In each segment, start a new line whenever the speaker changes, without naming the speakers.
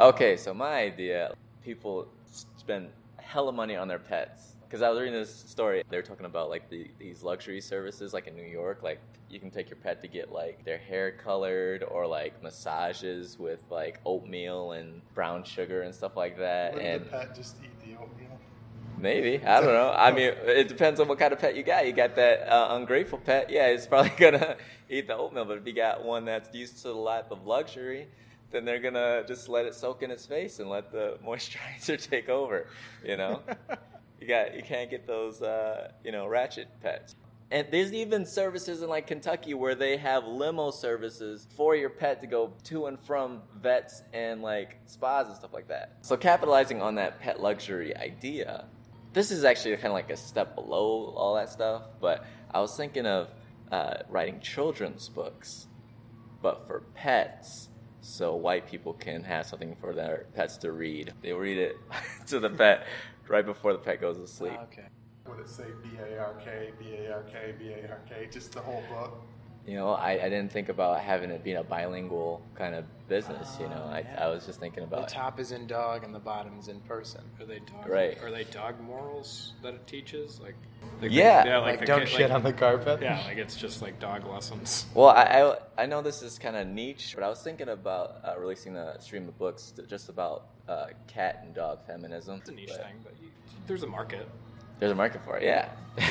Okay, so my idea people spend hella money on their pets. Because I was reading this story, they were talking about like the, these luxury services, like in New York, like you can take your pet to get like their hair colored or like massages with like oatmeal and brown sugar and stuff like that.
Wouldn't
and
the pet just eat the oatmeal?
Maybe I don't know. I mean, it depends on what kind of pet you got. You got that uh, ungrateful pet, yeah, it's probably gonna eat the oatmeal. But if you got one that's used to the life of luxury, then they're gonna just let it soak in its face and let the moisturizer take over. You know, you got you can't get those uh, you know ratchet pets. And there's even services in like Kentucky where they have limo services for your pet to go to and from vets and like spas and stuff like that. So capitalizing on that pet luxury idea, this is actually kind of like a step below all that stuff. But I was thinking of uh, writing children's books, but for pets, so white people can have something for their pets to read. They read it to the pet right before the pet goes to sleep.
okay.
Would it say B A R K, B A R K, B A R K, just the whole book?
you know, I, I didn't think about having it being a bilingual kind of business. you know,
Oh,
I,
yeah.
I was just thinking
The
about
top is in dog and the bottom is in person.
Are they dog?
Right.
Are they dog morals that it teaches? Like,
Yeah.
Like,
the
don't
kid-
shit
like-
on the carpet.
Yeah, like it's just like dog lessons.
Well, I, I, I know this is kind of niche, but I was thinking about uh, releasing a stream of books that- just about uh, cat and dog feminism.
It's a niche
But
thing, but you, there's a market.
There's a market for it, yeah.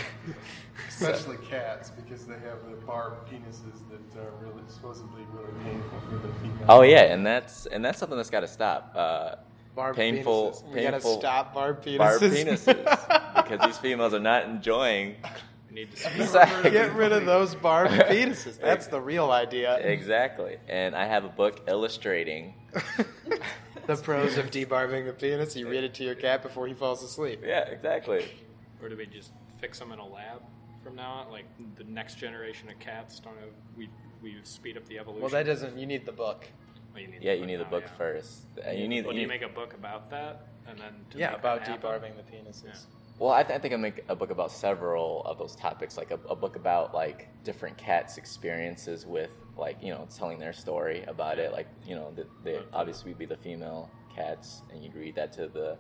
Especially cats, because they have the barbed penises that are really supposedly really painful for the female.
oh yeah, and that's and that's something that's got to stop. Uh,
Barb
Painful-
penises. We gotta
painful-
stop barb penises.
barb penises, because these females are not enjoying.
I need to
Exactly.
Get rid of those barb penises. That's the real idea.
Exactly, and I have a book illustrating.
The pros of debarbing the penis. You read it to your cat before he falls asleep.
Yeah, exactly.
Or do we just fix them in a lab from now on? Like the next generation of cats don't have we we speed up the evolution.
Well, that doesn't. You need the book.
Well, need the
Yeah,
book
you need the
now,
book
yeah.
first. Uh, You need.
Well, do
you-
you make a book about that, and then to
Yeah,
make
about
that happen?
debarbing the penises.
Yeah.
Well, I, th- I think I'll make a book about several of those topics, like a, a book about like different cats' experiences with like you know telling their story about it. Like you know, the, they obviously would be the female cats, and you'd read that to the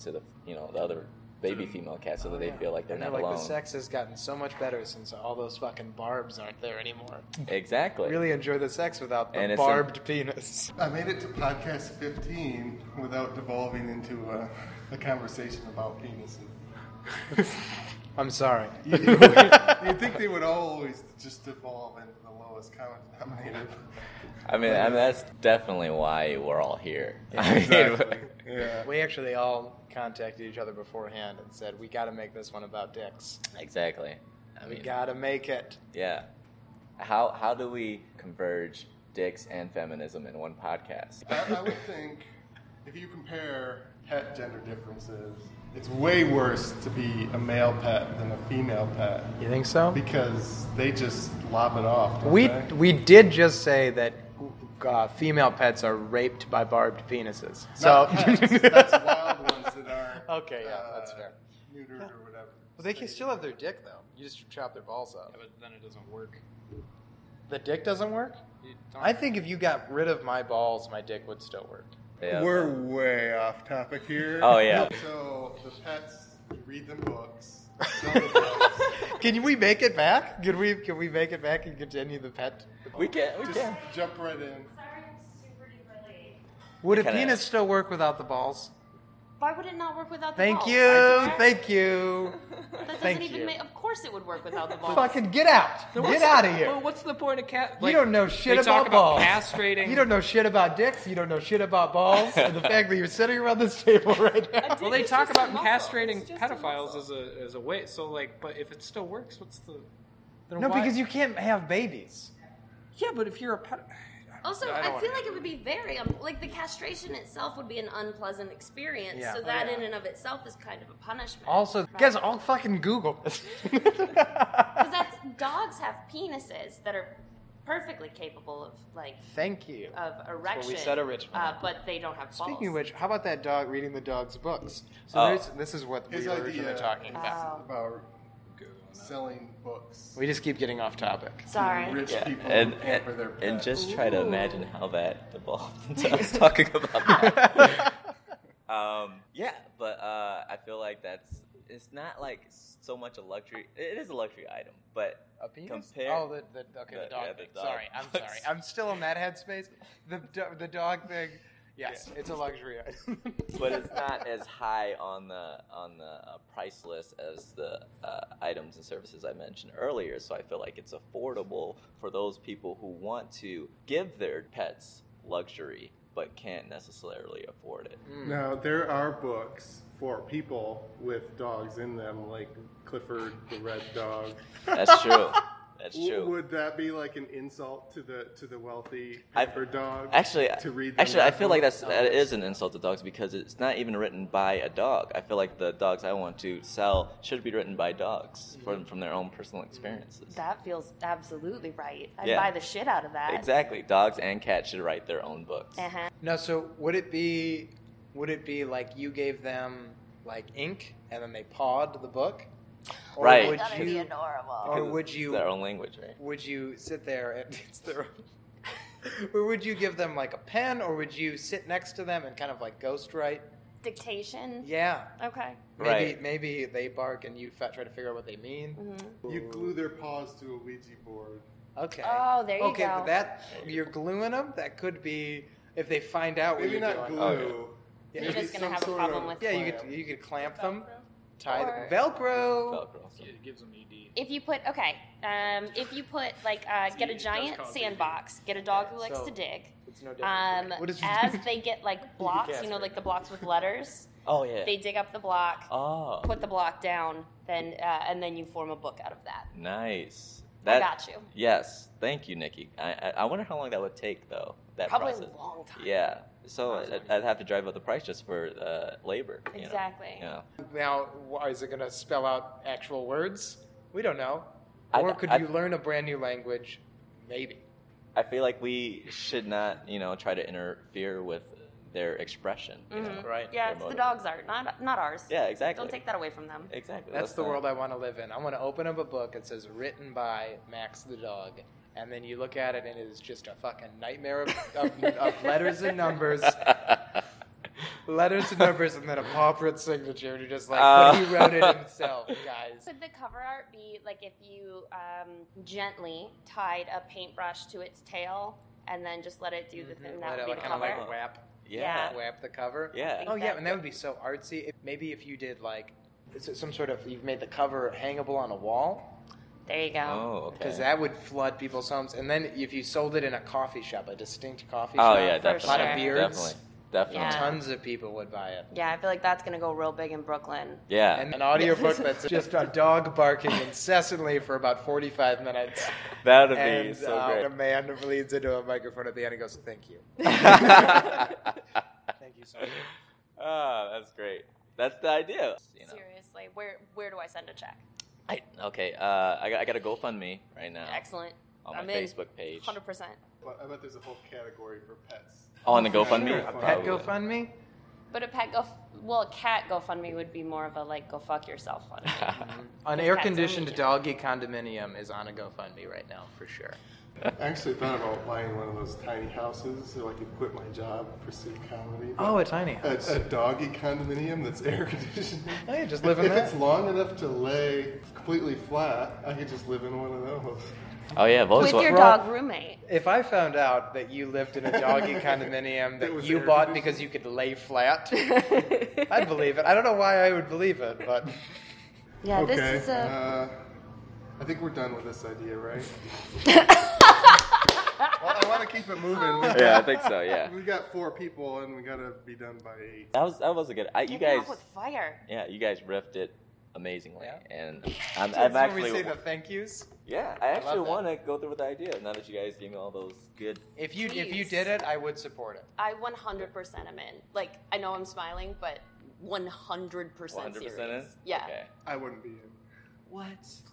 to the you know the other baby female cats, so that they feel like they're
Oh, And they're
not
like
alone.
the sex has gotten so much better since all those fucking barbs aren't there anymore.
Exactly.
Really enjoy the sex without the
And it's a-
barbed penis.
I made it to podcast 15 without devolving into uh, a conversation about penises.
I'm sorry.
You- you would- You'd think they would always just devolve into the lowest common denominator.
I mean, I mean, that's definitely why we're all here. I mean,
Exactly. Yeah.
We actually all contacted each other beforehand and said we got to make this one about dicks.
exactly. I
We
mean,
got to make it.
Yeah. How how do we converge dicks and feminism in one podcast?
I, I would think if you compare pet gender differences, it's way worse to be a male pet than a female pet
You think so?
because they just lob it off. don't
We
they?
we did just say that uh, female pets are raped by barbed penises. So
Not pets, that's wild ones that aren't.
Okay, yeah, that's fair.
Neutered or whatever.
Well, they can still have their dick though. You just chop their balls
Yeah,
off.
but then it doesn't work.
The dick doesn't work.
You don't-
I think if you got rid of my balls, my dick would still work.
Yeah.
We're way off topic here.
Oh, yeah.
So the pets, you read them books. sell the books.
Can we make it back? Can we can we make it back and continue the pet?
we can we
Just
can.
jump right in.
Sorry, I'm super duper late.
Would a
Kinda-
penis still work without the balls?
Why would it not work without the
Thank
balls?
you, thank you.
That doesn't
thank
even
you.
make. Of course, it would work without the balls.
Fucking get out! Get out of here!
Well, what's the point of cat?
You don't know shit
they
about
talk
balls.
castrating.
You don't know shit about dicks. You don't know shit about balls. and the fact that you're sitting around this table right now.
dick
Well, they
is
talk
just a
about
muscle.
castrating
It's just a
pedophiles
muscle.
as a as a way. So like, but if it still works, what's the? then
No,
why-
because you can't have babies.
Yeah, but if you're a ped,
Also,
I don't
I,
wanna-
feel like it would be very um, like the castration itself would be an unpleasant experience.
Yeah.
So
Oh,
that
yeah.
in and of itself is kind of a punishment.
Also, guys, I'll fucking Google this.
because that's dogs have penises that are perfectly capable of like
Thank you.
of erection.
said originally.
uh, but they don't have balls.
Speaking of which, how about that dog reading the dog's books? So
Oh.
there's, this is what we
His
were
idea
originally talking
is
about.
Wow.
about selling books.
We just keep getting off topic.
Sorry.
Rich
Yeah,
people
and,
who pamper
and,
their
and
pets.
just try to
Ooh.
imagine how that evolved into us talking about that. um, yeah, but uh, I feel like that's it's not like so much a luxury. It is a luxury item, but
A penis?
Compare-
oh, the, the okay, the,
The-
dog
yeah, the
thing.
dog
Sorry, I'm
books.
sorry. I'm still in that headspace. The do- the dog thing. Yes, it's a luxury item.
but it's not as high on the on the uh, price list as the uh, items and services I mentioned earlier. So I feel like it's affordable for those people who want to give their pets luxury but can't necessarily afford it.
Now there are books for people with dogs in them, like Clifford the Red Dog.
That's true. That's
W-
true.
Would that be like an insult to the to the wealthy
I-
paper dog?
Actually,
to read. them
actually, I
that
feel like
book?
that's that is an insult to dogs because it's not even written by a dog. I feel like the dogs I want to sell should be written by dogs from from their own personal experiences.
That feels absolutely right. I'd
Yeah.
buy the shit out of that.
Exactly, dogs and cats should write their own books.
Uh-huh.
no, so would it be would it be like you gave them like ink and then they pawed the book? Or
Right.
Would
That would be
you
adorable.
or
Because it's
would you-
their own language, right?
would you sit there and it's their own- or would you give them like a pen or would you sit next to them and kind of like ghostwrite?
Dictation.
Yeah.
Okay.
Maybe
Right.
maybe they bark and you fa- try to figure out what they mean.
you glue their paws to a Ouija board.
Okay.
Oh, there you
okay,
go.
but that you're gluing them. That could be if they find out
Maybe
what you're
not glue.
doing.
Oh,
Yeah.
You're
Maybe
just gonna
some
have a
sort
problem
of
with-
Yeah, you
clamp.
could you could clamp them, tie
Or-
the Velcro.
Velcro, so-
It gives them E ED.
If you put okay, um, if you put like uh, get a
does
giant
cause
sandbox, get a dog who likes
so-
to dig.
It's no
Um,
What is
as they get like blocks, you know,
cast
like
it.
the blocks with letters,
Oh yeah.
they dig up the block,
oh,
put the block down, then uh, and then you form a book out of that.
nice.
I
That
got you.
yes, thank you, Nikki. I, I I wonder how long that would take though. That
Probably
process.
a long time.
Yeah. So I'd, I'd have to drive up the price just for uh, labor. you know?
Exactly.
Yeah.
now? wh- Is it going to spell out actual words? We don't know.
I-
or could
I-
you learn a brand new language? Maybe.
I feel like we should not, you know, try to interfere with their expression. you know?
Mhm.
Right.
Yeah,
Their
it's the
motive.
dog's art, not not ours.
Yeah, exactly.
Don't take that away from them.
Exactly.
That's the
not-
world I want to live in. I want to open up a book that says written by Max the dog, and then you look at it and it is just a fucking nightmare of, of, of letters and numbers, letters and numbers, and then a paw print signature. And you're just like,
Uh.
but he wrote it himself, guys.
Could the cover art be like if you um, gently tied a paintbrush to its tail and then just let it do
Mm-hmm.
the thing? That
Let
would
it
be
like
the
kind of
cover.
like whap,
Yeah.
whap the cover.
Yeah.
Oh yeah, and that would be so artsy. If, maybe if you did like s- some sort of you've made the cover hangable on a wall.
There you go.
Oh, okay.
Because that would flood people's homes, and then if you sold it in a coffee shop, a distinct coffee
oh
shop,
yeah,
for
definitely.
sure. Lot of
beards.
Definitely. Definitely.
Yeah.
tons of people would buy it.
Yeah, I feel like that's gonna go real big in Brooklyn.
Yeah.
And an audiobook that's just a dog barking incessantly for about 45 minutes.
that would be
and
so
uh,
great.
a man leads into a microphone at the end and goes, Thank you. Thank you so much.
Ah, that's great. That's the idea. You know.
Seriously, where where do I send a check?
I, okay, uh, I, got, I got a GoFundMe right now
Excellent.
on my
I'm in.
Facebook page.
Hundred percent.
But I bet there's a whole category for pets.
Oh, on the GoFundMe?
Sure.
Pet
Probably.
GoFundMe?
But a pet go well, a cat GoFundMe would be more of a like go fuck yourself fund.
An
Cats
air conditioned
only.
doggy condominium is on a GoFundMe right now, for sure.
I actually thought about buying one of those tiny houses so I could quit my job, pursue comedy. but-
Oh, a tiny
a,
house.
a doggy condominium that's air conditioned.
Oh, yeah, just live in
if
that.
it's long enough to lay completely flat, I could just live in one of those.
oh, yeah,
With your
Volkswagen.
dog roommate.
If I found out that you lived in a doggy condominium
It
that
was
you
air
bought
conditioned.
because you could lay flat, I'd believe it. I don't know why I would believe it, but
Yeah,
okay.
this is a
Uh, I think we're done with this idea, right? well, I want to keep it moving. We
Yeah, I
got,
think so, yeah.
we got four people, and we gotta be done by eight.
That was, that was a good. I, you
Taking off
guys,
with fire.
yeah, you guys riffed it amazingly.
Yeah.
And I'm,
that's
I'm
when we
actually.
say the thank yous.
Yeah, I actually
love that.
want to go through with the idea now that you guys gave me all those good.
If you if you
Please.
did it, I would support it.
I 100% am in. Like, I know I'm smiling, but 100%
100% in?
serious. Yeah.
Okay.
I wouldn't be in.
What?